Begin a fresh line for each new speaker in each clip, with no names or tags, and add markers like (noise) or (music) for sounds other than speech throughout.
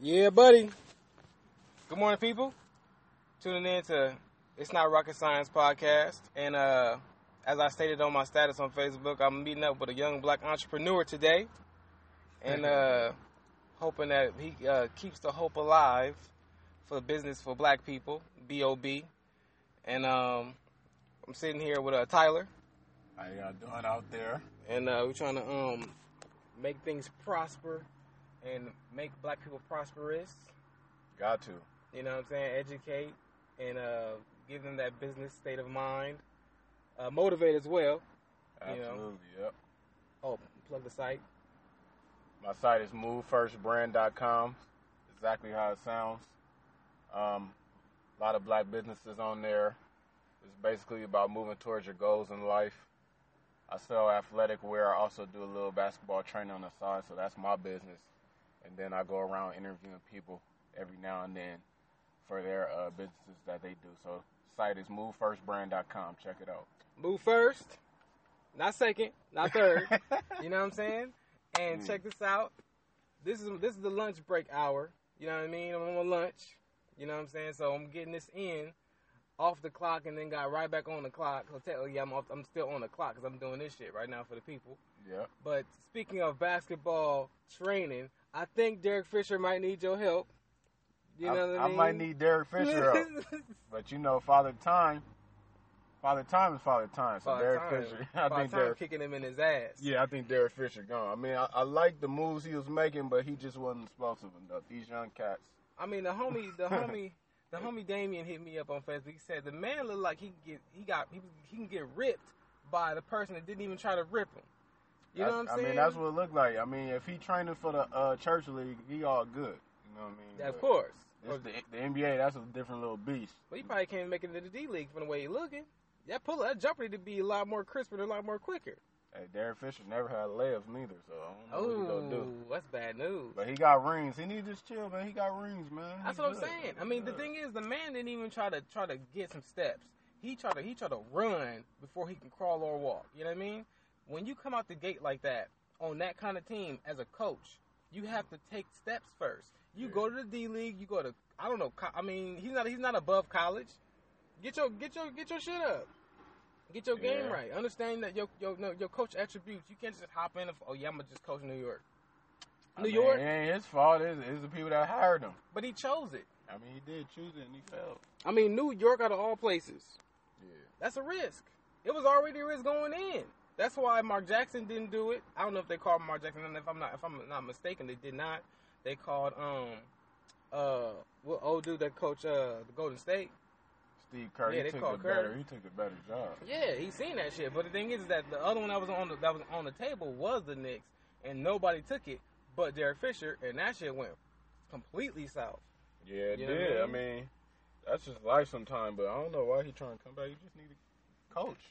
Yeah, buddy. Good morning, people. Tuning in to It's Not Rocket Science podcast. And uh, as I stated on my status on Facebook, I'm meeting up with a young black entrepreneur today. And uh, hoping that he uh, keeps the hope alive for business for black people, B.O.B. And um, I'm sitting here with uh, Tyler.
How y'all doing out there?
and uh, we're trying to um, make things prosper and make black people prosperous.
Got to.
You know what I'm saying? Educate and uh, give them that business state of mind. Uh, motivate as well.
Absolutely. Yep.
Oh, plug the site.
My site is movefirstbrand.com. Exactly how it sounds. Um, a lot of black businesses on there. It's basically about moving towards your goals in life. I sell athletic wear. I also do a little basketball training on the side, so that's my business. And then I go around interviewing people every now and then for their uh, businesses that they do. So site is movefirstbrand.com. Check it out.
Move first, not second, not third. you know what I'm saying? And
Mm.
check this out. This is this is the lunch break hour. You know what I mean? I'm on my lunch. You know what I'm saying? So I'm getting this in off the clock and then got right back on the clock. So technically, I'm off, I'm still on the clock because I'm doing this shit right now for the people.
Yep.
But speaking of basketball training, I think Derek Fisher might need your help. You know
I,
what I
I
mean?
might need Derek Fisher
(laughs)
up. But you know, Father Time, Father Time is Father Time. So
By
Derek
time,
Fisher, (laughs) I
by
think
time
Derek.
kicking him in his ass.
Yeah, I think Derek Fisher gone. I mean, I, I like the moves he was making, but he just wasn't explosive enough. These young cats.
I mean, the homie,
(laughs)
the homie, the homie Damien hit me up on Facebook. He said the man looked like he can get, he got, he, was- he can get ripped by the person that didn't even try to rip him. You know
That's-
what I'm saying?
I mean, that's what it looked like. I mean, if he training for the uh, church league, he all good. You know what I mean?
Yeah, of
But
course.
this
Or-
the, the NBA, that's a different little beast.
But he probably can't make it into the D League from the way he looking. That pull, that jumper need to be a lot more crisper, and a lot more quicker.
Hey, Derek Fisher never had layups neither, so I don't know what he
Oh,
gonna do.
that's bad news.
But he got rings. He need to just chill, man. He got rings, man. He
That's what I'm
good.
saying. I
He
mean, the
good.
thing is, the man didn't even try to try to get some steps. He tried to he tried to run before he can crawl or walk. You know what I mean? When you come out the gate like that on that kind of team as a coach, you have to take steps first. You
Yeah.
go to the D League. You go to I don't know. co- I mean, he's not he's not above college. Get your get your get your shit up. Get your game
Yeah.
right. Understand that your your no, your coach attributes. You can't just hop in. And, oh yeah, I'm gonna just coach New York.
I
New
mean,
York,
It ain't his fault. It's, it's the people that hired him.
but he chose it.
I mean, he did choose it and he failed.
I mean, New York out of all places.
Yeah.
That's a risk. It was already a risk going in. That's why Mark Jackson didn't do it. I don't know if they called Mark Jackson. and If I'm not, if I'm not mistaken, they did not. They called um uh what old dude that coach uh the Golden State.
Steve Kerr,
Yeah,
he
they
took
called
the
Kerr.
better. He took the better job.
Yeah, he seen that shit. But the thing is that the other one that was on the that was on the table was the Knicks, and nobody took it but Derek Fisher, and that shit went completely south.
Yeah, it
You know what I
did. I mean?
mean?
that's just life sometimes. But I don't know why he trying to come back. He just need a coach.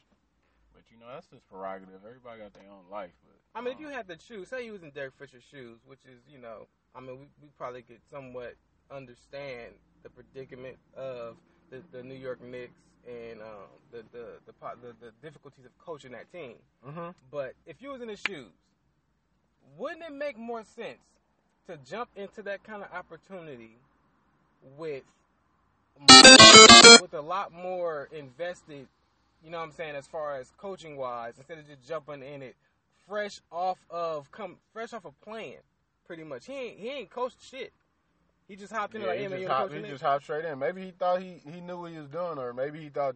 But you know, that's his prerogative. Everybody got their own life. But
I mean, if
um,
you had to choose, say you was in Derek Fisher's shoes, which is, you know, I mean, we, we probably could somewhat understand the predicament of the, the New York Knicks and um, the, the, the, po- the the difficulties of coaching that team.
Mhm.
But if you was in his shoes, wouldn't it make more sense to jump into that kind of opportunity with with a lot more invested, you know what I'm saying, as far as coaching wise, instead of just jumping in it fresh off of come fresh off of playing, pretty much. He ain't he ain't coached shit. He just hopped in
yeah,
like,
he,
hey man,
just
you're
hopped,
coaching
he
this.
just hopped straight in. Maybe he thought he he knew what he was doing, or maybe he thought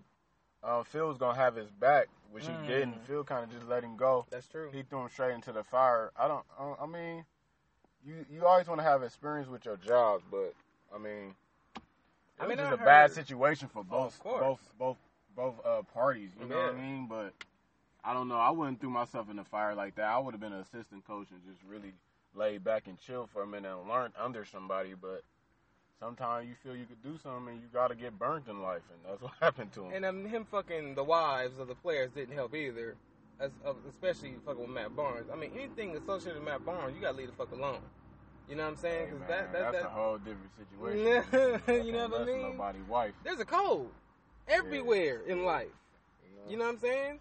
um, Phil was gonna have his back, which
Mm.
he didn't. Phil kind of just let him go.
That's true.
he threw him straight into the fire. I don't. I, don't- I mean, you you always want to have experience with your jobs, but I mean, it
I
was
mean,
just
I
a bad
heard-
situation for both
of course.
both both both uh, parties. You know what I
Yeah.
mean? But I don't know. I wouldn't threw myself in the fire like that. I would have been an assistant coach and just really laid back and chill for a minute and learned under somebody. But sometimes you feel you could do something and you got to get burnt in life, and that's what (laughs) happened to him.
And um, him fucking the wives of the players didn't help either, as, of, especially fucking with Matt Barnes. I mean, anything associated with Matt Barnes, you gotta leave the fuck alone. You know what I'm saying?
Hey,
'Cause
man,
that, that,
that's
that,
a whole different
(laughs)
situation.
You know what I
That's
mean?
Nobody's wife.
there's a code everywhere in life. You know what I'm saying?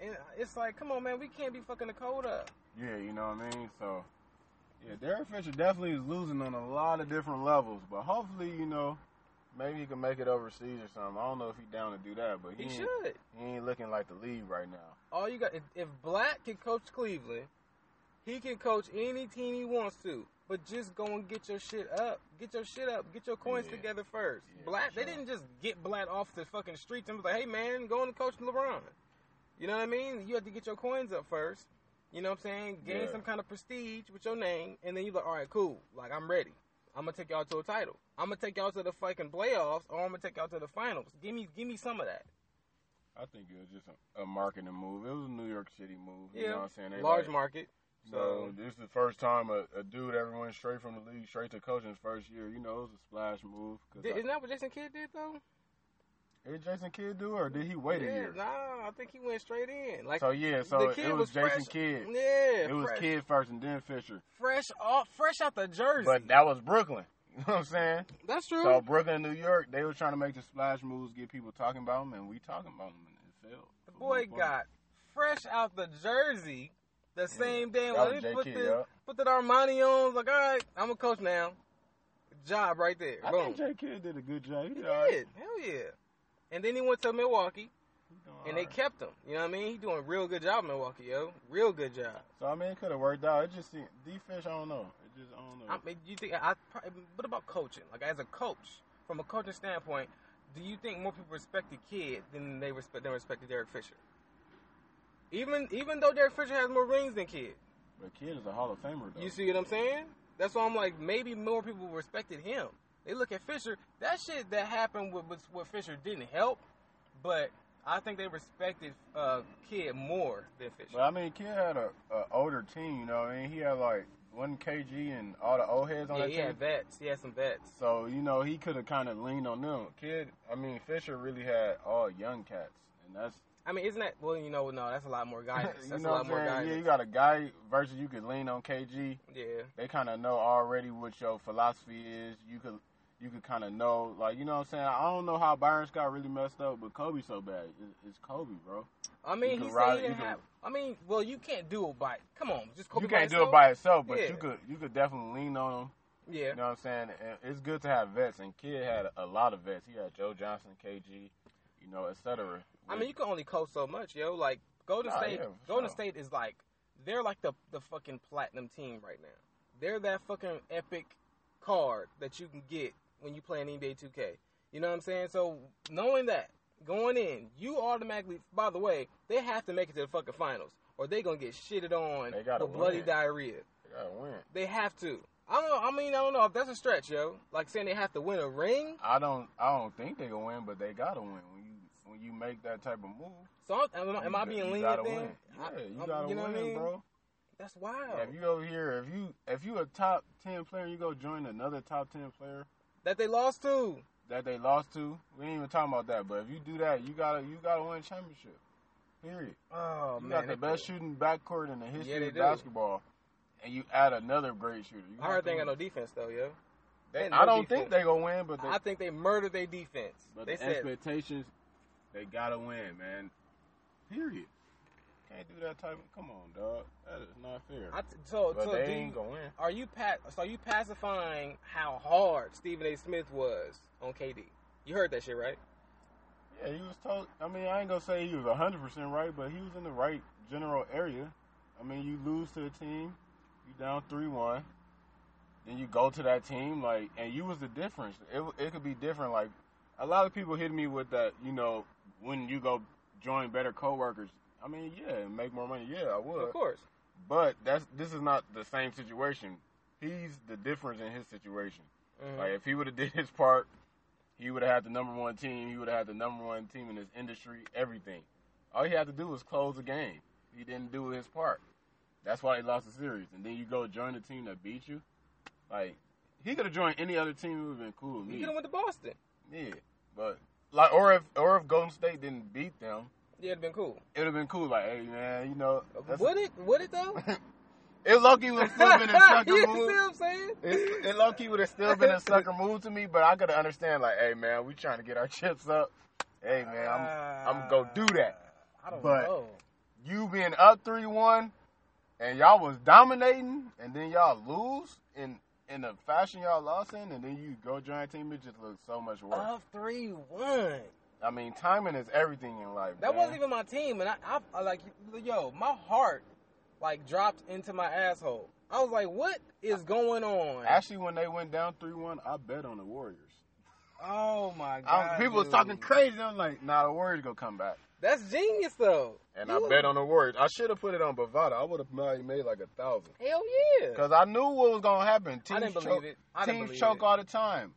And it's like, come on, man, we can't be fucking the code up.
Yeah, you know what I mean. So, Yeah, Derek Fisher definitely is losing on a lot of different levels, but hopefully, you know, maybe he can make it overseas or something. I don't know if he's down to do that, but he,
He
ain't,
should.
he ain't looking like the lead right now.
All you got if, if Black can coach Cleveland, he can coach any team he wants to. But just go and get your shit up. Get your shit up. Get your coins
Yeah.
together first.
Yeah,
Black
for
they
sure.
didn't just get Black off the fucking streets and be like, hey man, go and coach LeBron. You know what I mean? You have to get your coins up first. You know what I'm saying? Gain
Yeah.
some kind of prestige with your name, and then you're like, all right, cool. Like I'm ready. I'm gonna take y'all to a title. I'm gonna take y'all to the fucking playoffs, or I'm gonna take y'all to the finals. Give me, give me some of that.
I think it was just a, a marketing move. It was a New York City move. You
Yeah.
know what I'm saying? They
Large
like-
market.
So this is the first time a, a dude ever went straight from the league straight to coaching his first year. You know, it was a splash move. 'cause
Did,
I-
isn't that what Jason Kidd did though?
Did Jason Kidd do, it, or did he wait
yeah,
a year?
Nah, I think he went straight in. Like
so yeah, so
the
it
kid
was,
was
Jason
fresh.
Kidd.
yeah,
It was
fresh,
Kidd first, and then Fisher.
fresh off, fresh out the jersey. Mm-hmm.
But that was Brooklyn. (laughs) You know what I'm saying?
That's true.
So Brooklyn, and New York, they were trying to make the splash moves, get people talking about them, and we talking about them, and it failed.
the boy got fresh out the jersey the same day.
that
Well,
was
they
J
put
Kidd.
the
yup.
put that Armani on. Like, all right, I'm a coach now. Job right there.
I
Boom.
think J Kidd did a good job. He,
he
did.
did.
all right.
Hell yeah. And then he went to Milwaukee,
He doing
and they
all right.
kept him. You know what I mean? He doing a real good job, in Milwaukee, yo. Real good job.
So I mean, it could have worked out. It just seemed D Fish. I don't know. It just I don't know.
I mean, you think I? probably- What about coaching? Like as a coach, from a coaching standpoint, do you think more people respect the kid than they respect than respected Derek Fisher? Even even though Derek Fisher has more rings than kid,
but Kidd is a Hall of Famer though.
you see what I'm saying? That's why I'm like maybe more people respected him. They look at Fisher. That shit that happened with with, with Fisher didn't help, but I think they respected uh, Kid more than Fisher.
But I mean, Kid had a, a older team. You know, what I mean, he had like one KG and all the old heads on
yeah,
that
he
team.
had vets. He had some vets.
So you know, he could have kind of leaned on them. Kid, I mean, Fisher really had all young cats, and that's
I mean, isn't that well? You know, no, that's a lot
(laughs)
more guidance.
you
That's
know
a
what
lot
I'm
more
saying. Yeah, you
guidance.
got a guy versus you could lean on KG.
yeah.
They kind of know already what your philosophy is. You could. You could kind of know, like you know what I'm saying. I don't know how Byron Scott really messed up, but Kobe so bad. It- It's Kobe, bro.
I
You
mean,
can
he
ride
said
it,
he didn't
you can-
have. I mean, well, you can't do it by. Come on, just Kobe
you can't do it
himself?
by itself, but
Yeah.
you could you could definitely lean on them.
Yeah,
You know what I'm saying? And it's good to have vets, and Kid had a lot of vets. He had Joe Johnson, KG, you know, et cetera.
I mean, you can only coach so much, yo. Like Golden
Nah,
State.
yeah, for
Golden
sure.
State is like they're like the the fucking platinum team right now. They're that fucking epic card that you can get when you play an NBA 2K. You know what I'm saying? So knowing that going in, you automatically. By the way, they have to make it to the fucking finals, or they gonna get shitted on
They gotta
with bloody
win.
diarrhea.
they gotta win.
They have to. I don't know. I mean, I don't know if that's a stretch, yo. Like saying they have to win a ring.
I don't I don't think they gonna win, but they gotta win when you when you make that type of move.
So I'm, am, I- am I
you-
being
you
lenient
gotta
then?
Win.
I-
Yeah, you
I'm-
gotta
know
win,
what I mean?
bro.
That's wild.
If you over here, if you if you a top ten player, you go join another top ten player.
that they lost to.
that they lost to. We ain't even talking about that. But if you do that, you gotta you gotta win a championship. Period.
Oh
you
man,
got
they
the best shooting backcourt in the
Yeah,
history
they
of
do.
basketball, and you add another great shooter. You
I heard
have to
they ain't got no
win.
defense though, yo.
They-
they no
I don't
defense.
think they gonna win, but they,
I think they murdered their defense.
but
they
the
said
expectations they gotta win, man. Period. Can't do that type. Of, come on, dog. That is not fair.
I t- so.
but
so
they
do you-
ain't gonna win.
are you pat? So are you pacifying how hard Stephen A. Smith was on KD? You heard that shit, right?
Yeah, he was told. I mean, I ain't gonna say he was hundred percent right, but he was in the right general area. I mean, you lose to a team, you down three one, then you go to that team like, and you was the difference. It it could be different. Like a lot of people hit me with that. You know, when you go join better coworkers. I mean, yeah, and make more money. Yeah, I would.
Of course.
But that's this is not the same situation. He's the difference in his situation.
Mhm.
Like if he would have (laughs) did his part, he would have had the number one team. He would have had the number one team in his industry. Everything. All he had to do was close the game. He didn't do his part. That's why he lost the series. And then you go join the team that beat you. Like he could have joined any other team. It would have been cool with
Mm-hmm. you
me.
could have went to Boston.
Yeah, but like or if or if Golden State didn't beat them,
Yeah, it'd been cool.
it would have been cool. Like hey man, you know that's
would it? Would it
(laughs)
though?
it Loki was still
(laughs)
been a sucker
you see
move.
what I'm saying?
It, it low key would have still been a sucker move to me, but I could understand like, hey man, we trying to get our chips up. Hey man, I'm I'm gonna go do that.
I don't
But-
know.
you being up three one, and y'all was dominating, and then y'all lose in in the fashion y'all lost in, and then you go join a team. It just looks so much worse.
Up three one.
I mean, timing is everything in life.
That
man.
wasn't even my team, and I, I, I like yo, my heart like dropped into my asshole. I was like, what is going on?
Actually, when they went down three one, I bet on the Warriors.
oh my
I-
god.
people was
dude.
talking crazy. I'm like, nah, the Warriors gonna come back.
That's genius though.
And
You-
I bet on the Warriors. I should have put it on Bovada. I would have made like a thousand.
Hell yeah.
Because I knew what was gonna happen. Teams
I didn't believe
choke,
it. I didn't
teams
believe
choke
it.
all the time.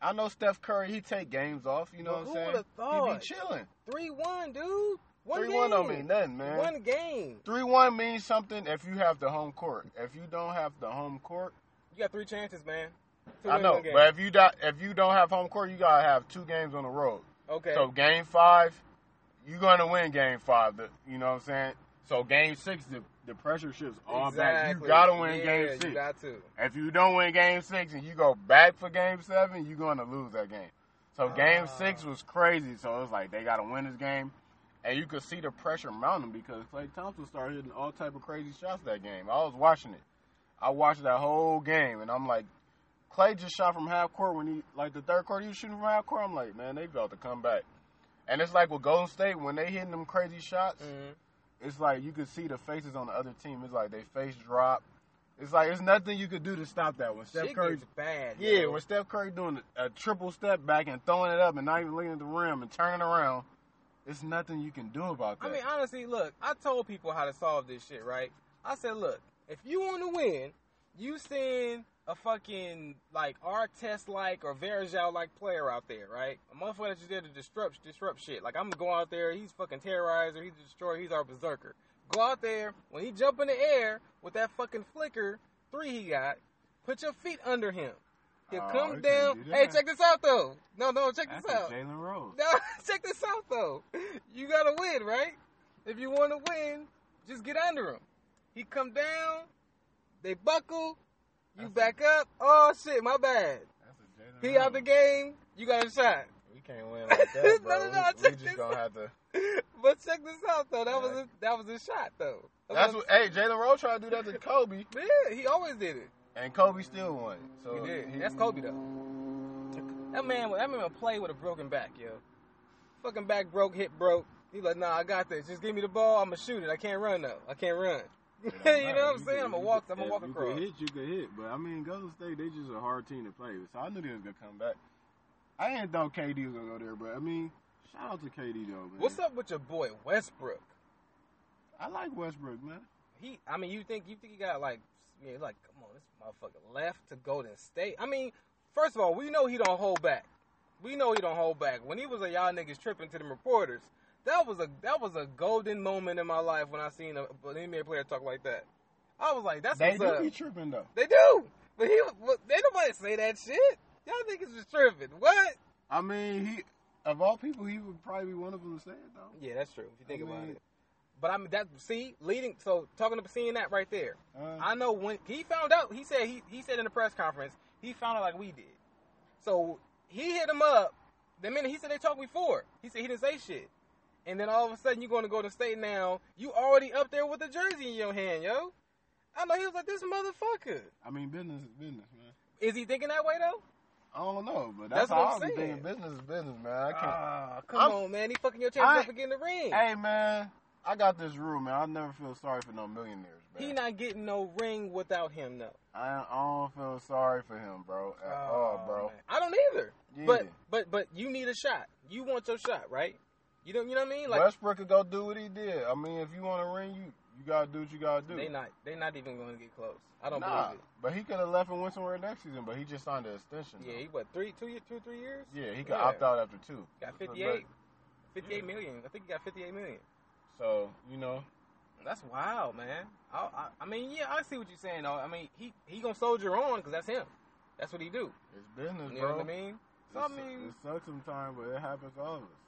I know Steph Curry. He take games off. You know
But
what
who
I'm saying?
would've
He
thought?
be chilling.
Three one, dude. One
Three
game.
one don't mean nothing, man.
One game.
Three one means something if you have the home court. If you don't have the home court,
You got three chances, man. to
I
win
know.
one game.
But if you do- if you don't have home court, you gotta have two games on the road.
Okay.
So game five, you're gonna win game five. The, you know what I'm saying? So game six, the, the pressure shifts all back. You
Exactly.
gotta win
Yeah,
game six.
You got to.
If you don't win game six and you go back for game seven, you're going to lose that game. So game
Ah.
six was crazy. So it was like they got to win this game. And you could see the pressure mounting because Clay Thompson started hitting all type of crazy shots that game. I was watching it. I watched that whole game and I'm like, Clay just shot from half court when he like the third quarter he was shooting from half court. I'm like, man, they about to come back. And it's like with Golden State when they hitting them crazy shots,
Mhm.
it's like you could see the faces on the other team. It's like they face drop. It's like it's nothing you could do to stop that when Steph
Shit
Curry.
gets bad.
Yeah,
yo.
when Steph Curry doing a triple step back and throwing it up and not even looking at the rim and turning around, it's nothing you can do about that.
I mean, honestly, look, I told people how to solve this shit, right? I said, look, if you want to win, you send a fucking like Artest like or Verjao like player out there, right? A motherfucker that's just there to disrupt disrupt shit. Like I'm gonna go out there, he's fucking terrorizer, he's a destroyer, he's our berserker. Go out there when he jump in the air with that fucking flicker three he got. Put your feet under him. He'll
Oh,
come
he
down.
can't do
Hey,
that.
check this out though. No, no, check
That's
this out.
Jalen Rose.
No, (laughs) check this out though. You gotta win, right? If you want to win, just get under him. He come down, they buckle, you
That's
back up. Oh shit, my bad.
That's a Jalen
He out the game. You got a shot. (laughs)
We can't win like that, bro.
No, no, no,
we, we
check
just
this
gonna
out.
have to.
But check this out though. That was
Yeah.
a, that was a shot though.
That's
was-
what. Hey, Jalen Rose tried to do that to Kobe,
Yeah, he always did it.
and Kobe still won. So
He did. That's Kobe though. That man, that man played with a broken back, yo. Fucking back broke, hip broke. He like, nah, I got this. Just give me the ball. I'ma shoot it. I can't run though. I can't run. (laughs) you know what I'm saying? I'ma walk. I'ma walk across.
hit, you could hit, but I mean, Golden State, they just a hard team to play with. So I knew they was gonna come back. I ain't thought KD was gonna go there, but I mean, shout out to KD though. Man.
What's up with your boy Westbrook?
I like Westbrook, man.
He, I mean, you think you think he got like, yeah, like, come on, this motherfucker left to Golden State. I mean, first of all, we know he don't hold back. We know he don't hold back. When he was a y'all niggas tripping to them reporters, that was a that was a golden moment in my life when I seen a, an NBA player talk like that. I was like, that's
They
what's
do
up.
be tripping though.
They do, but he, was- but they nobody say that shit. Y'all niggas was tripping. What?
I mean, he of all people, he would probably be one of them to say it though.
Yeah, that's true. If you think
I
about
mean-
it. But I mean, that see leading. So talking about seeing that right there.
Uh,
I know when he found out. He said he he said in the press conference he found out like we did. So he hit him up. The minute he said they talked before, he said he didn't say shit. And then all of a sudden you're going to go to state now. You already up there with a jersey in your hand, yo. I know he was like this motherfucker.
I mean, business is business, man.
Is he thinking that way though?
I don't know, but
That's
that's,
what
how
I'm
I be
saying.
thinking. Business is business, man. I can't.
Ah, come
I'm-
on, man. He fucking your chances
I-
up again the ring.
hey, man, I got this rule, man. I never feel sorry for no millionaires, man.
he not getting no ring without him though.
I, I don't feel sorry for him, bro, at all, bro.
Oh, man. I don't either.
Yeah.
But but but you need a shot. You want your shot, right? You don't. You know what I mean? Like
Westbrook could go do what he did. I mean, if you want to ring, you you gotta do what you gotta do.
they not they not even going to get close. I don't
nah,
believe it.
but he could have left and went somewhere next season. But he just signed an extension.
Yeah, he
though.
what three two year two three years?
yeah, he could
Yeah.
opt out after two.
Got
But-
58, 58
Yeah.
million. I think he got fifty eight million.
So you know,
That's wild, man. I, I I mean yeah, I see what you're saying though. I mean he he gonna soldier on because that's him. That's what he do.
it's business,
You know
bro.
what I mean? So I
It's-
mean,
it sucks sometimes, but it happens to all of us.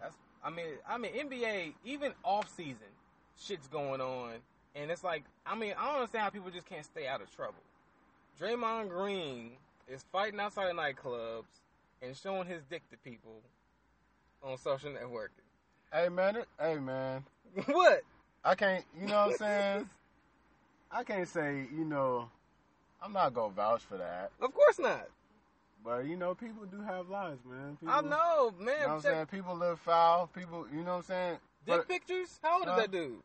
That's I mean I mean NBA even off season shit's going on and it's like I mean I don't understand how people just can't stay out of trouble. Draymond Green is fighting outside of nightclubs and showing his dick to people on social networking. (laughs)
Hey man, it, hey man,
what? (laughs)
I can't. You know what I'm saying? I can't say, you know, I'm not gonna vouch for that.
Of course not.
But you know, people do have lives, man. People,
I know, man.
You know what I'm
Check-
saying? People live foul. People, you know what I'm saying?
Dick
But-
pictures? How old
Huh?
is that dude?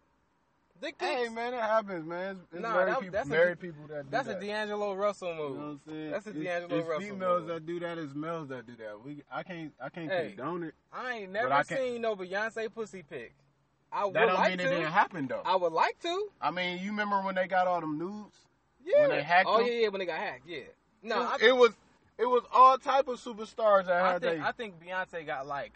Dick pics?
Hey, man, it happens, man. It's, it's
Nah,
married,
that-
people,
that's a
married
D-
people that do
That's
that.
a D'Angelo Russell
You know
move.
what I'm saying?
That's a
It's-
D'Angelo
it's
Russell
females
move.
that do that. It's males that do that. We, I can't, I can't
Hey,
condone it.
I ain't
But
never
I can't-
seen no Beyonce pussy pic. I would
That don't
like
mean it didn't
to.
happen though.
I would like to.
I mean, you remember when they got all them nudes?
Yeah.
they hacked
oh
them?
yeah, yeah. When they got hacked, yeah. No, I,
it, it was, it was all type of superstars that
I
had
think
they.
I think Beyonce got like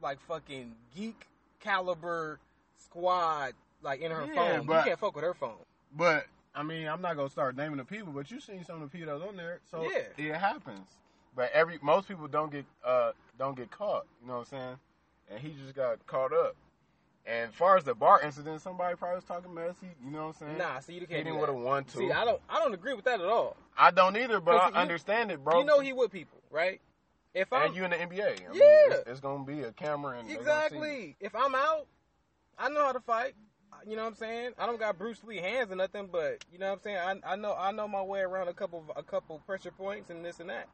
like fucking geek caliber squad like in her
Yeah,
phone.
but-
you can't fuck with her phone.
but I mean, I'm not gonna start naming the people, but you seen some of the people that's on there, so
Yeah.
it happens. But every most people don't get uh don't get caught. You know what I'm saying? And he just got caught up. And as far as the bar incident, somebody probably was talking messy. You know what I'm saying?
Nah, see you
Hit
can't do
him
that.
with a one two.
See, I don't I don't agree with that at all.
I don't either, but
'Cause
I
you-
understand it, bro.
You know he with people, right? If I'm
and you in the NBA. I mean,
Yeah.
it's, it's gonna be a camera and they gonna see you.
Exactly. If I'm out, I know how to fight. You know what I'm saying? I don't got Bruce Lee hands or nothing, but you know what I'm saying? I, I know I know my way around a couple a couple pressure points and this and that.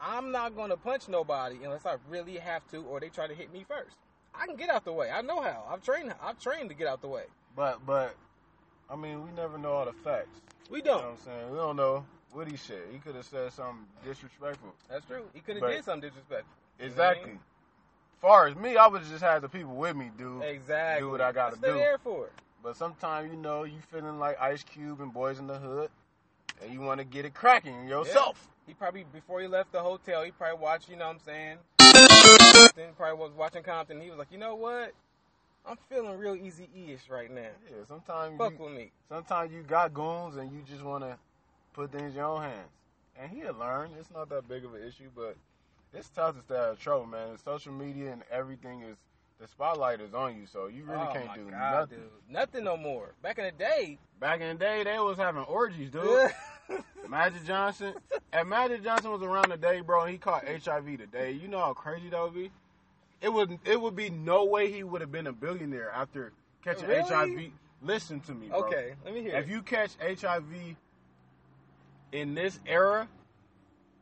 I'm not gonna punch nobody unless I really have to or they try to hit me first. I can get out the way. I know how. I've trained I've trained to get out the way.
But but I mean, we never know all the facts.
We
You know what
don't.
I'm saying? We don't know what he said. He could have said something disrespectful.
That's true. He could have
But-
did something disrespectful.
Exactly. Far as me, I would just have the people with me, dude.
Exactly.
Do what I gotta
Stay
do.
there for it.
But sometimes you know you feeling like Ice Cube and Boys in the Hood, and you want to get it cracking yourself.
He probably before he left the hotel, he probably watched, you know what I'm saying? Then probably was watching Compton. He was like, you know what? I'm feeling real easy ish right now.
Yeah. sometimes
Fuck
you,
with me.
sometimes you got goons and you just want to put things in your own hands. And he'll learn. It's not that big of an issue, but it's tough to stay out of trouble, man. And social media and everything is the spotlight is on you, so you really
Oh,
can't
my
do
God,
nothing.
Dude. Nothing no more. Back in the day,
Back in the day, they was having orgies, dude.
(laughs)
Magic Johnson. If Magic Johnson was around today, bro, and he caught HIV today, you know how crazy that would be. It would it would be no way he would have been a billionaire after catching
Really?
HIV. Listen to me, bro.
okay, let me hear.
If
it.
you catch HIV in this era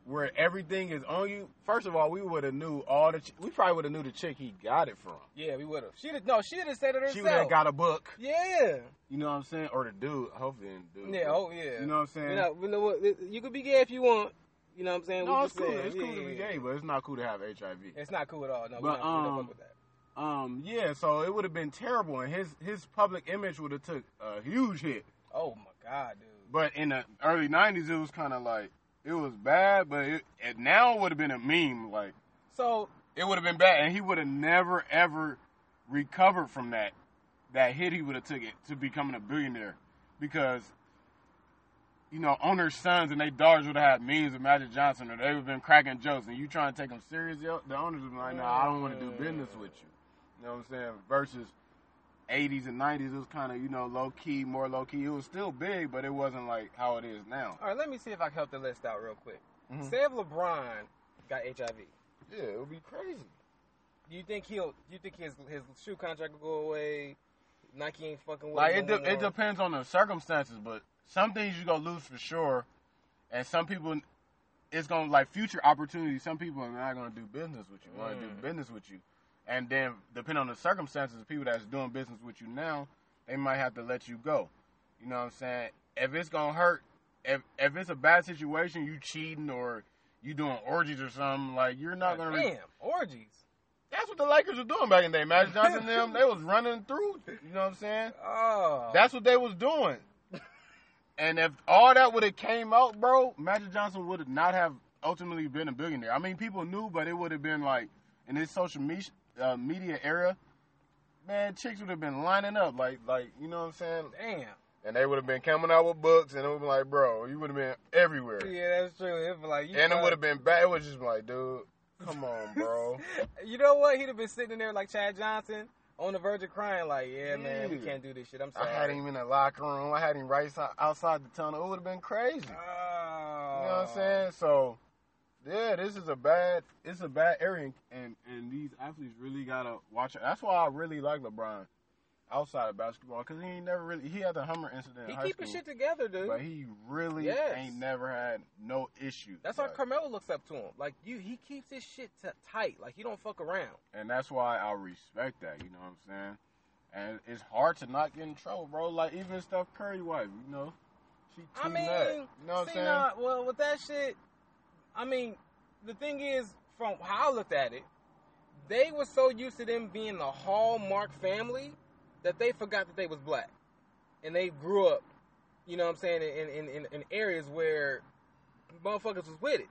where everything is on you, first of all, we would have knew all the ch- we probably would have knew the chick he got it from.
yeah, we would have. She did. No, she did have said it herself.
She would have got a book,
Yeah.
you know what I'm saying, or the dude. Hopefully, the dude.
Yeah. Oh yeah.
You know what I'm saying?
You know, you know what? You could be gay if you want. You know what I'm saying?
No,
We
it's
just
cool.
said,
It's cool
yeah,
to be
yeah,
gay, but it's not cool to have HIV.
yeah. It's not cool at all. No, we
But,
don't, we don't
um,
fuck with that.
Um, yeah, so it would have been terrible, and his his public image would have took a huge hit.
Oh my god, dude.
But in the early '90s, it was kind of like it was bad, but it, it now would have been a meme. Like
So
it would have been bad, and he would have never ever recovered from that that hit he would have took it to becoming a billionaire because. You know, owners' sons and they daughters would have had memes of Magic Johnson, or they would have been cracking jokes, and you trying to take them serious. yo- The owners would be like, "No, I don't want to do business with you." You know what I'm saying? Versus 80s and 90s, it was kind of, you know, low key, more low key. It was still big, but it wasn't like how it is now.
All right, let me see if I can help the list out real quick.
Mhm.
Say if LeBron got HIV,
Yeah, it would be crazy.
do you think he'll? Do you think his his shoe contract will go away? Nike ain't fucking with
Like,
him
it,
no
de- it
more?
depends on the circumstances, but some things you're going to lose for sure. And some people, it's going to, like, future opportunities. Some people are not going to do business with you, want to do
Mm.
business with you. And then, depending on the circumstances, the people that's doing business with you now, they might have to let you go. You know what I'm saying? If it's gonna hurt, if if it's a bad situation, you cheating or you doing orgies or something, like you're not gonna.
Damn orgies.
That's what the Lakers were doing back in the day. Magic Johnson and them, they was running through. You know what I'm saying?
Oh,
That's what they was doing. And if all that would have came out, bro, Magic Johnson would have not have ultimately been a billionaire. I mean, people knew, but it would have been like in this social me- uh, media era, man, chicks would have been lining up, like, like you know what I'm saying?
damn.
And they would have been coming out with books, and it would be like, bro, you would have been everywhere.
Yeah, that's true. It was like you
And it
fuck-
would have been bad. It would just been like, dude, come on, bro.
(laughs) you know what? He'd have been sitting in there like Chad Johnson on the verge of crying. Like, yeah, man, we
Yeah.
can't do this shit. I'm
(laughs) I
sorry.
had him in the locker room. I had him right si- outside the tunnel. It would have been crazy.
Oh.
You know what I'm saying? So, yeah, this is a bad, it's a bad area, and and, and these athletes really gotta watch it. That's why I really like LeBron. outside of basketball because he ain't never really. He had the Hummer incident.
He
in high
keep his
school,
shit together, dude.
but he really
Yes.
ain't never had no issues.
that's
like,
why Carmelo looks up to him. Like you, he keeps his shit t- tight. Like he don't fuck around.
and that's why I respect that. You know what I'm saying? And it's hard to not get in trouble, bro. Like even Steph Curry wife, you know, she too
I mean,
nut. You know what I'm
see,
saying?
nah, well, with that shit, I mean, the thing is, from how I looked at it, they were so used to them being the hallmark family that they forgot that they was black, and they grew up, you know what I'm saying, in in, in, in areas where motherfuckers was with it.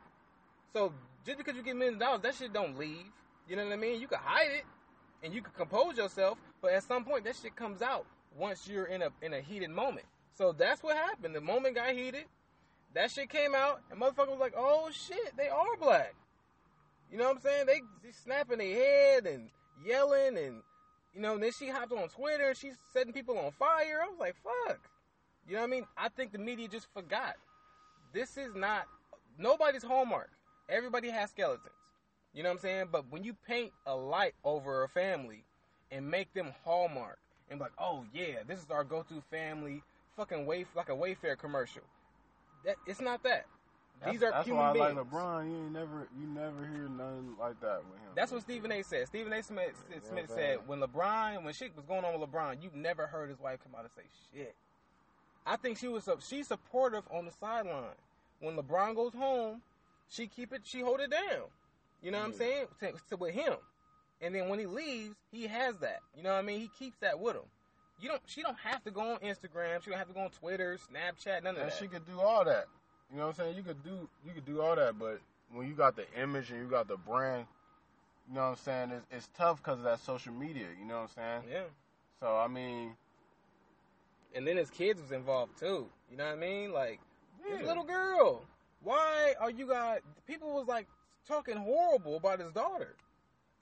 So just because you get millions of dollars, that shit don't leave. You know what I mean? You can hide it, and you can compose yourself, but at some point that shit comes out once you're in a in a heated moment. So that's what happened. The moment got heated, that shit came out, and motherfucker was like, "Oh shit, they are black." You know what I'm saying? They just snapping their head and yelling, and you know. Then she hopped on Twitter and she's setting people on fire. I was like, "Fuck," you know what I mean? I think the media just forgot. This is not nobody's hallmark. Everybody has skeletons. You know what I'm saying? But when you paint a light over a family and make them hallmark and be like, oh yeah, this is our go-to family, fucking wayf like a Wayfair commercial. That it's not that.
That's-
These are
that's
human
why I
beings.
like LeBron. You ain't never, you never hear nothing like that with him.
That's what Stephen A. said. Stephen A. Smith,
Yeah,
Smith
man.
said when LeBron, when shit was going on with LeBron, you never heard his wife come out and say shit. I think she was sup- she's supportive on the sideline. When LeBron goes home, she keep it, she hold it down. You know what I'm
Yeah.
saying? To, to with him, and then when he leaves, he has that. You know what I mean? He keeps that with him. You don't. She don't have to go on Instagram. She don't have to go on Twitter, Snapchat, none of
And
that.
she could do all that. You know what I'm saying? You could do, you could do all that. But when you got the image and you got the brand, you know what I'm saying? It's, it's tough because of that social media. You know what I'm saying?
yeah.
So I mean,
And then his kids was involved too. You know what I mean? Like. This
yeah.
little girl. Why are you guys? People was like talking horrible about his daughter.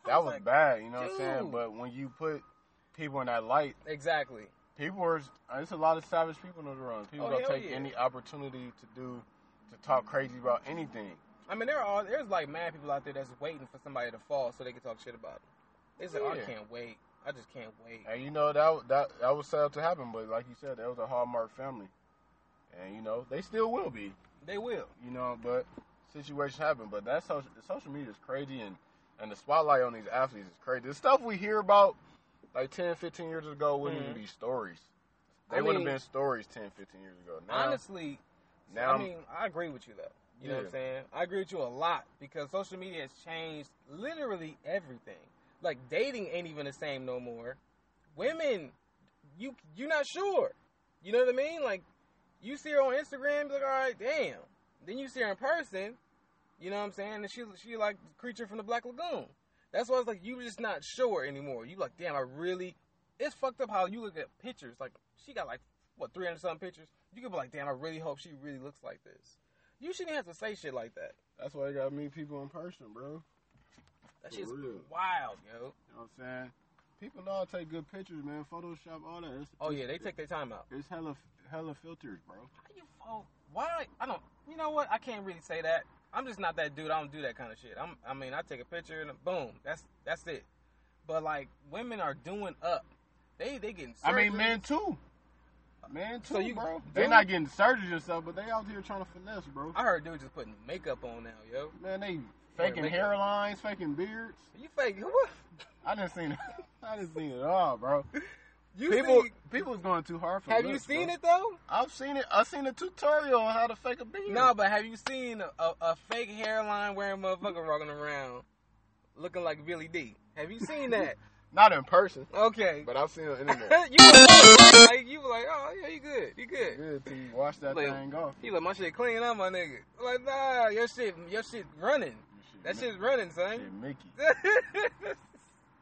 I
that was,
like,
bad. You know what I'm saying?
dude.
But when you put people in that light,
exactly.
people are. It's a lot of savage people in the room. People
Oh,
don't
hell
take
yeah.
any opportunity to do, to talk crazy about anything.
I mean, there are there's like mad people out there that's waiting for somebody to fall so they can talk shit about him. They say,
Yeah.
"I can't wait. I just can't wait."
And you know that that that was set up to happen, but like you said, that was a hallmark family, and you know they still will be.
They will.
You know, but situations happen. But that social the social media is crazy, and and the spotlight on these athletes is crazy. The stuff we hear about like 10, 15 years ago wouldn't
Mhm.
even be stories. They
I
wouldn't
mean-
have been stories 10, 15 years ago. Now,
Honestly,
now
I mean, I agree with you though. You know what
Yeah.
I'm saying? I agree with you a lot because social media has changed literally everything. Like dating ain't even the same no more. Women, you you're not sure. You know what I mean? Like you see her on Instagram, you're like all right, damn. Then you see her in person. You know what I'm saying? And she she like the creature from the Black Lagoon. That's why I was like, you just not sure anymore. You like, damn, I really. It's fucked up how you look at pictures. Like she got like what 300 something pictures. You could be like, damn, I really hope she really looks like this. You shouldn't have to say shit like that.
that's why you gotta meet people in person, bro.
That
For
shit's
real.
wild, yo.
You know what I'm saying? People know how to take good pictures, man. Photoshop, all that. It's,
Oh yeah, they take their time out.
It's hella, hella filters, bro.
How you fall? Why? I don't. You know what? I can't really say that. I'm just not that dude. I don't do that kind of shit. I'm. I mean, I take a picture and boom. That's that's it. But like, women are doing up. They they getting.
I mean,
surgeries.
men too. Men too,
So you-
bro.
dude-
They not getting surgery and stuff, but they out here trying to finesse, bro.
I heard dudes just putting makeup on now, yo.
Man, they faking
make it-
hairlines, faking beards.
You fake? What?
I didn't seen it. (laughs) I didn't seen it all, bro.
(laughs) You
people,
see-
people's going too hard for.
have you
looks,
seen
bro.
it though?
I've seen it. I've seen a tutorial on how to fake a beard.
No, but have you seen a, a, a fake hairline wearing motherfucker walking around looking like Billy D? Have you seen
(laughs)
that?
not in person.
Okay. (laughs)
But I've seen it on the
you,
internet.
was like, you were like, oh yeah, you good, you good.
Good till you wash that
Like-
thing off.
He like my shit clean up, my nigga. I'm Like nah, your shit, your shit running. That
Shit,
shit's running, son. (laughs)
shit, Mickey.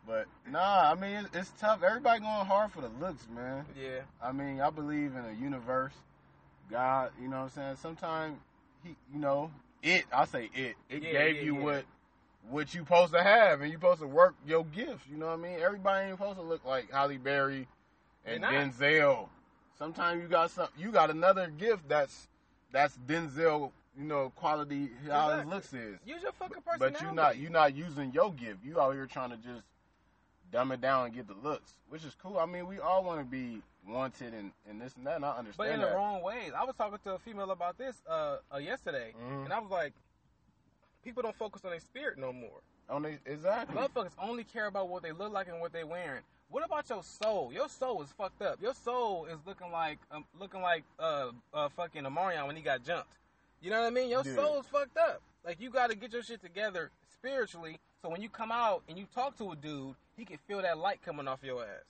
But nah, I mean it's, it's tough. Everybody going hard for the looks, man.
yeah,
I mean, I believe in a universe, God, you know what I'm saying? Sometimes he, you know, it, I say it. It
Yeah,
gave
yeah,
you
yeah.
what what you supposed to have and you supposed to work your gifts, you know what I mean? Everybody ain't supposed to look like Holly Berry and
They're not.
Denzel. Sometimes you got some you got another gift that's that's Denzel, you know, quality how his
Exactly.
looks is.
use your fucking
But
personality.
you not you not using your gift. You out here trying to just dumb it down and get the looks, which is cool. I mean, we all want to be wanted and, and this and that, and I understand
But in
that.
the wrong ways. I was talking to a female about this uh, uh yesterday,
Mhm.
and I was like, people don't focus on their spirit no more.
On the, exactly.
(laughs) Motherfuckers only care about what they look like and what they wearing. What about your soul? Your soul is fucked up. Your soul is looking like um, looking like uh, uh fucking Amarion when he got jumped. You know what I mean? Your
Yeah.
soul is fucked up. Like you got to get your shit together spiritually, so when you come out and you talk to a dude, he can feel that light coming off your ass.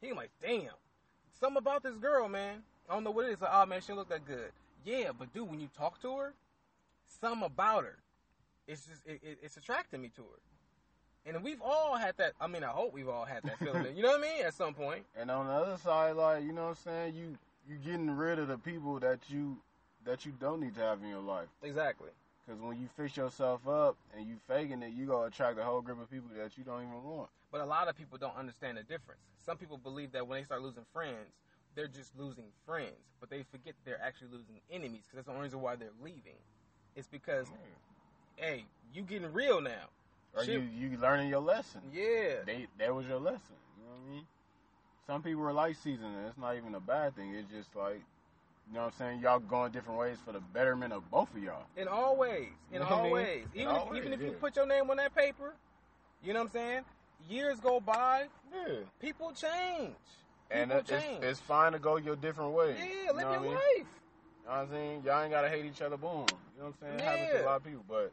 He like, damn, something about this girl, man. I don't know what it is. Like, oh man, she don't look that good. Yeah, but dude, when you talk to her, something about her, it's just it, it, it's attracting me to her. And we've all had that. I mean, I hope we've all had that feeling. you know what I mean? At some point,
And on the other side, like you know what I'm saying, you you getting rid of the people that you that you don't need to have in your life.
exactly.
Because when you fix yourself up and you faking it, you gonna attract a whole group of people that you don't even want.
But a lot of people don't understand the difference. Some people believe that when they start losing friends, they're just losing friends, but they forget they're actually losing enemies because that's the only reason why they're leaving. It's because hey, you getting real now.
Or
Shit.
you you learning your lesson.
Yeah.
They that was your lesson. You know what I mean? Some people are life seasoning. It's not even a bad thing. It's just like you know what I'm saying. Y'all going different ways for the betterment of both of y'all.
In all ways.
You
In
know what I
all
mean?
ways.
In
Even
all
if,
ways,
even if you
yeah.
put your name on that paper, you know what I'm saying? Years go by,
Yeah.
people change.
And
People
it- it's,
change.
it's fine to go your different ways.
yeah,
You
live
know what I
your
mean?
life.
You know what I'm saying? Y'all ain't gotta hate each other, boom. You know what I'm saying? It happens to a
Yeah.
lot of people, but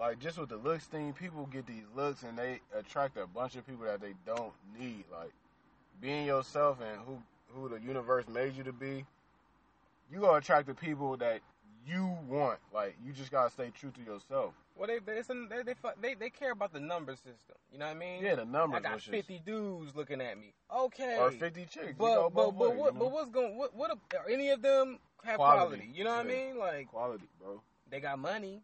like just with the looks thing, people get these looks and they attract a bunch of people that they don't need. Like being yourself and who who the universe made you to be, you gonna attract the people that you want. Like you just gotta stay true to yourself.
Well, they they, it's a, they, they fu- they they care about the number system. You know what I mean?
Yeah, the numbers
I got
which is-
fifty dudes looking at me. Okay.
or fifty chicks. you
but
go
but
both
but
ways,
what
you know?
but what's going what what a, are any of them have
Quality.
quality? You know what
Yeah.
I mean? Like
quality, bro.
they got money.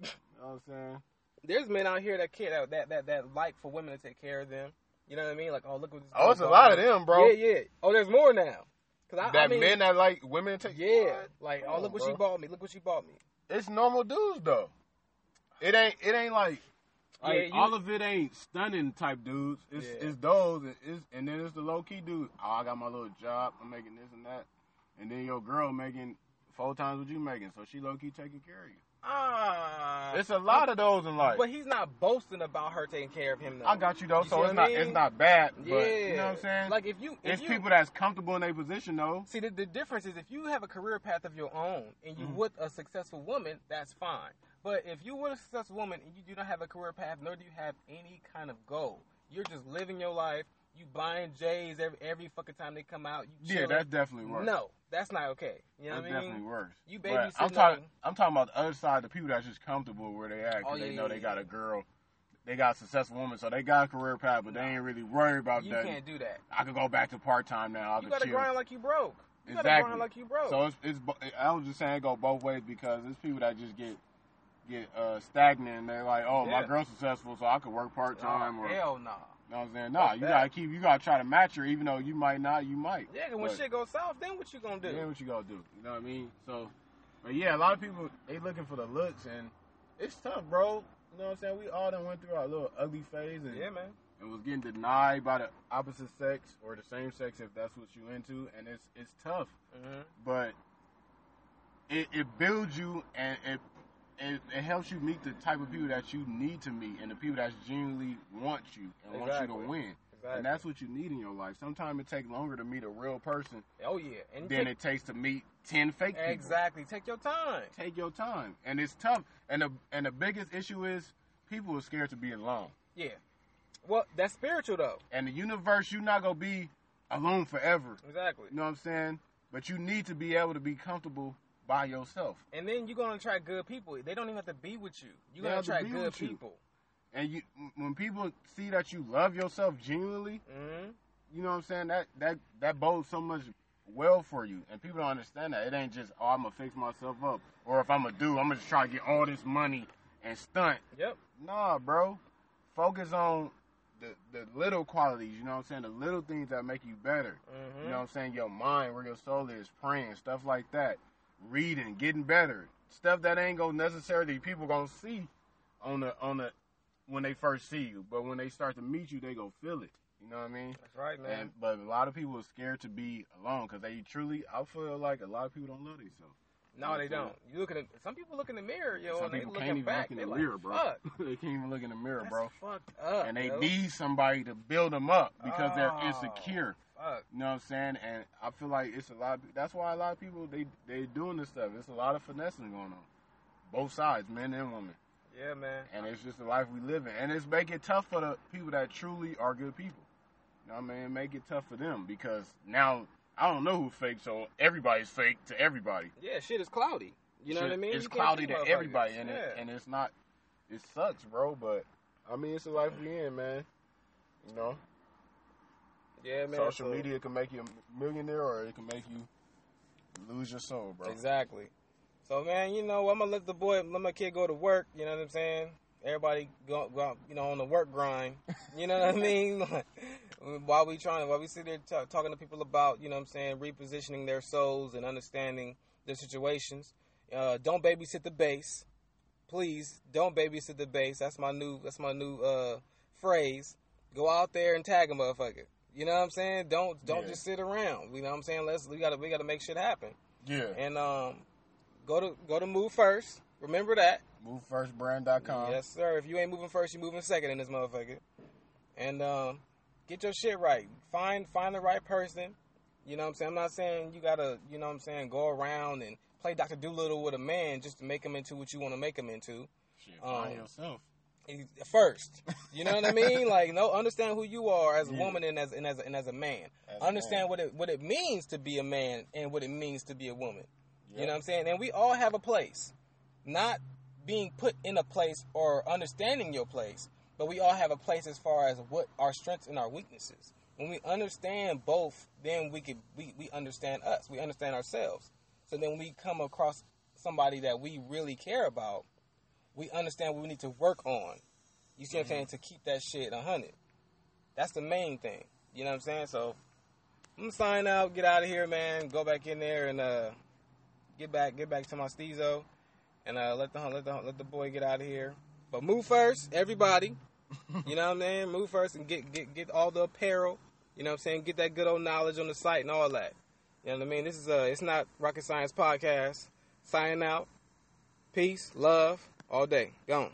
You know what I'm saying?
There's men out here that care that that that, that like for women to take care of them. You know what I mean? Like oh look what this
Oh, it's a
girl's
lot of
doing.
them, bro.
Yeah yeah. Oh, there's more now. Cause I,
That
I mean,
men that like women take
yeah.
What?
Like
Come
oh
on,
look what
bro.
she bought me. Look what she bought me.
it's normal dudes though. It ain't it ain't like,
Yeah,
like
you-
all of it ain't stunning type dudes. It's
Yeah.
it's those and it's and then it's the low key dude. Oh, I got my little job. I'm making this and that, and then your girl making four times what you making, so she low key taking care of you.
Ah.
It's a lot of those in life.
But he's not boasting about her taking care of him though.
I got you though,
You see
so
what
it's
I
not
mean?
it's not bad. But
Yeah.
you know what I'm saying?
Like if you if
it's
you,
people that's comfortable in their position though.
See, the, the difference is if you have a career path of your own and you
Mhm.
with a successful woman, that's fine. But if you with a successful woman and you do not have a career path, nor do you have any kind of goal, you're just living your life. You buying J's every every fucking time they come out. You
Yeah,
chilling.
that's definitely worse.
no, that's not okay. You know
that's
what I mean?
definitely worse.
You
But
babysitting
I'm talking.
on-
I'm talking about the other side, the people that's just comfortable where they at, 'cause
Oh, yeah,
they know
yeah,
they
yeah.
got a girl, they got a successful woman, so they got a career path, but they ain't really worried about
You
that.
can't do that.
I could go back to part time now. I
You
could
gotta
chill.
grind like you broke. You gotta
Exactly.
grind like you broke.
so it's, it's. bo- I was just saying it go both ways because it's people that just get get uh, stagnant and they're like, oh, my
Yeah.
girl's successful, so I could work part time
Nah,
or.
Oh, hell nah.
You know what I'm saying? Nah,
Fuck
you
that.
gotta keep. You gotta try to match her, even though you might not. You might.
Yeah, 'cause when
But-
shit goes south, then what you gonna do?
Then what you gonna do? You know what I mean? So, but yeah, a lot of people they looking for the looks, and it's tough, bro. You know what I'm saying? We all done went through our little ugly phase, and,
yeah man.
and was getting denied by the opposite sex or the same sex if that's what you into, and it's it's tough,
hmm
but it, it builds you and it. It, it helps you meet the type of people that you need to meet and the people that genuinely want you and want you
Exactly.
to win.
Exactly.
And that's what you need in your life. Sometimes it takes longer to meet a real person
oh yeah. And
than
take,
it takes to meet 10 fake people.
exactly. Take your time.
Take your time. And it's tough. And the and the biggest issue is people are scared to be alone.
Yeah. Well, that's spiritual though.
And the universe, you're not gonna be alone forever.
Exactly.
You know what I'm saying? But you need to be able to be comfortable by yourself.
And then you're gonna attract good people. They don't even have to be with you. You're
They
gonna
have to
attract
be
good
with you.
people.
And you when people see that you love yourself genuinely,
hmm
you know what I'm saying? That that that bodes so much well for you. And people don't understand that. It ain't just oh I'm gonna fix myself up or if I'm a dude, I'm gonna just try to get all this money and stunt.
Yep.
Nah, bro. Focus on the the little qualities, you know what I'm saying? The little things that make you better.
hmm
You know what I'm saying? Your mind, where your soul is, praying, stuff like that. Reading, getting better. Stuff that ain't gonna necessarily people gonna see on the on the when they first see you, but when they start to meet you, they gonna feel it. You know what I mean?
That's right, man.
And, but a lot of people are scared to be alone because they truly, I feel like a lot of people don't love themselves.
no, they don't. You look in the, some people look in the mirror, yo,
Some
and they
people can't
looking
even
back.
look in
they
the
like,
mirror, bro.
Fuck,
(laughs) they can't even look in the mirror,
that's
bro.
fucked up.
And they
yo.
need somebody to build them up because
Oh.
they're insecure.
Fuck.
You know what I'm saying? And I feel like it's a lot. Of, that's why a lot of people they they doing this stuff. It's a lot of finessing going on, both sides, men and women.
Yeah, man.
And it's just the life we live in. And it's make it tough for the people that truly are good people. You know what I mean? Make it tough for them because now I don't know who fake, so everybody's fake to everybody.
Yeah, shit is cloudy. You know
Shit,
what I mean?
It's
You can't
cloudy
see
to
motherfuckers.
everybody, and
yeah.
it, and it's not. It sucks, bro. But I mean, it's the life we in, man. You know,
yeah, man.
social
so-
media can make you a millionaire, or it can make you lose your soul, bro.
Exactly. So man, you know, I'm gonna let the boy, let my kid go to work. You know what I'm saying? Everybody go, go out, you know, on the work grind. You know what I mean? (laughs) while we trying, while we sit there ta talking to people about, you know, what I'm saying, repositioning their souls and understanding their situations. Uh, don't babysit the base, please. Don't babysit the base. That's my new. That's my new uh, phrase. Go out there and tag a motherfucker. You know what I'm saying? Don't don't
Yeah.
just sit around. You know what I'm saying? Let's we gotta we gotta make shit happen
Yeah.
and um, go to go to move first. Remember that.
MoveFirstBrand.com.
Yes, sir. If you ain't moving first, you moving second in this motherfucker. And um, get your shit right. Find find the right person. You know what I'm saying? I'm not saying you gotta, you know what I'm saying, go around and play Dr. Doolittle with a man just to make him into what you want to make him into.
Shit, find
Um,
yourself.
First. You know what I mean? Like no understand who you are as a
Yeah.
woman and as and as and as a man.
As a
understand
man.
what it what it means to be a man and what it means to be a woman. You
Yeah.
know what I'm saying? And we all have a place. Not being put in a place or understanding your place, but we all have a place as far as what our strengths and our weaknesses. When we understand both, then we could we, we understand us. We understand ourselves. So then when we come across somebody that we really care about, we understand what we need to work on. You see what I'm saying? To keep that shit 100. That's the main thing. You know what I'm saying? So I'm gonna sign out, get out of here, man. Go back in there and uh, get back, get back to my steezo, and uh, let the let the let the boy get out of here. But move first, everybody. You know what I'm saying? Move first and get get get all the apparel. You know what I'm saying? Get that good old knowledge on the site and all that. You know what I mean? This is uh, it's not rocket science podcast. Signing out. Peace, love, all day. Gone.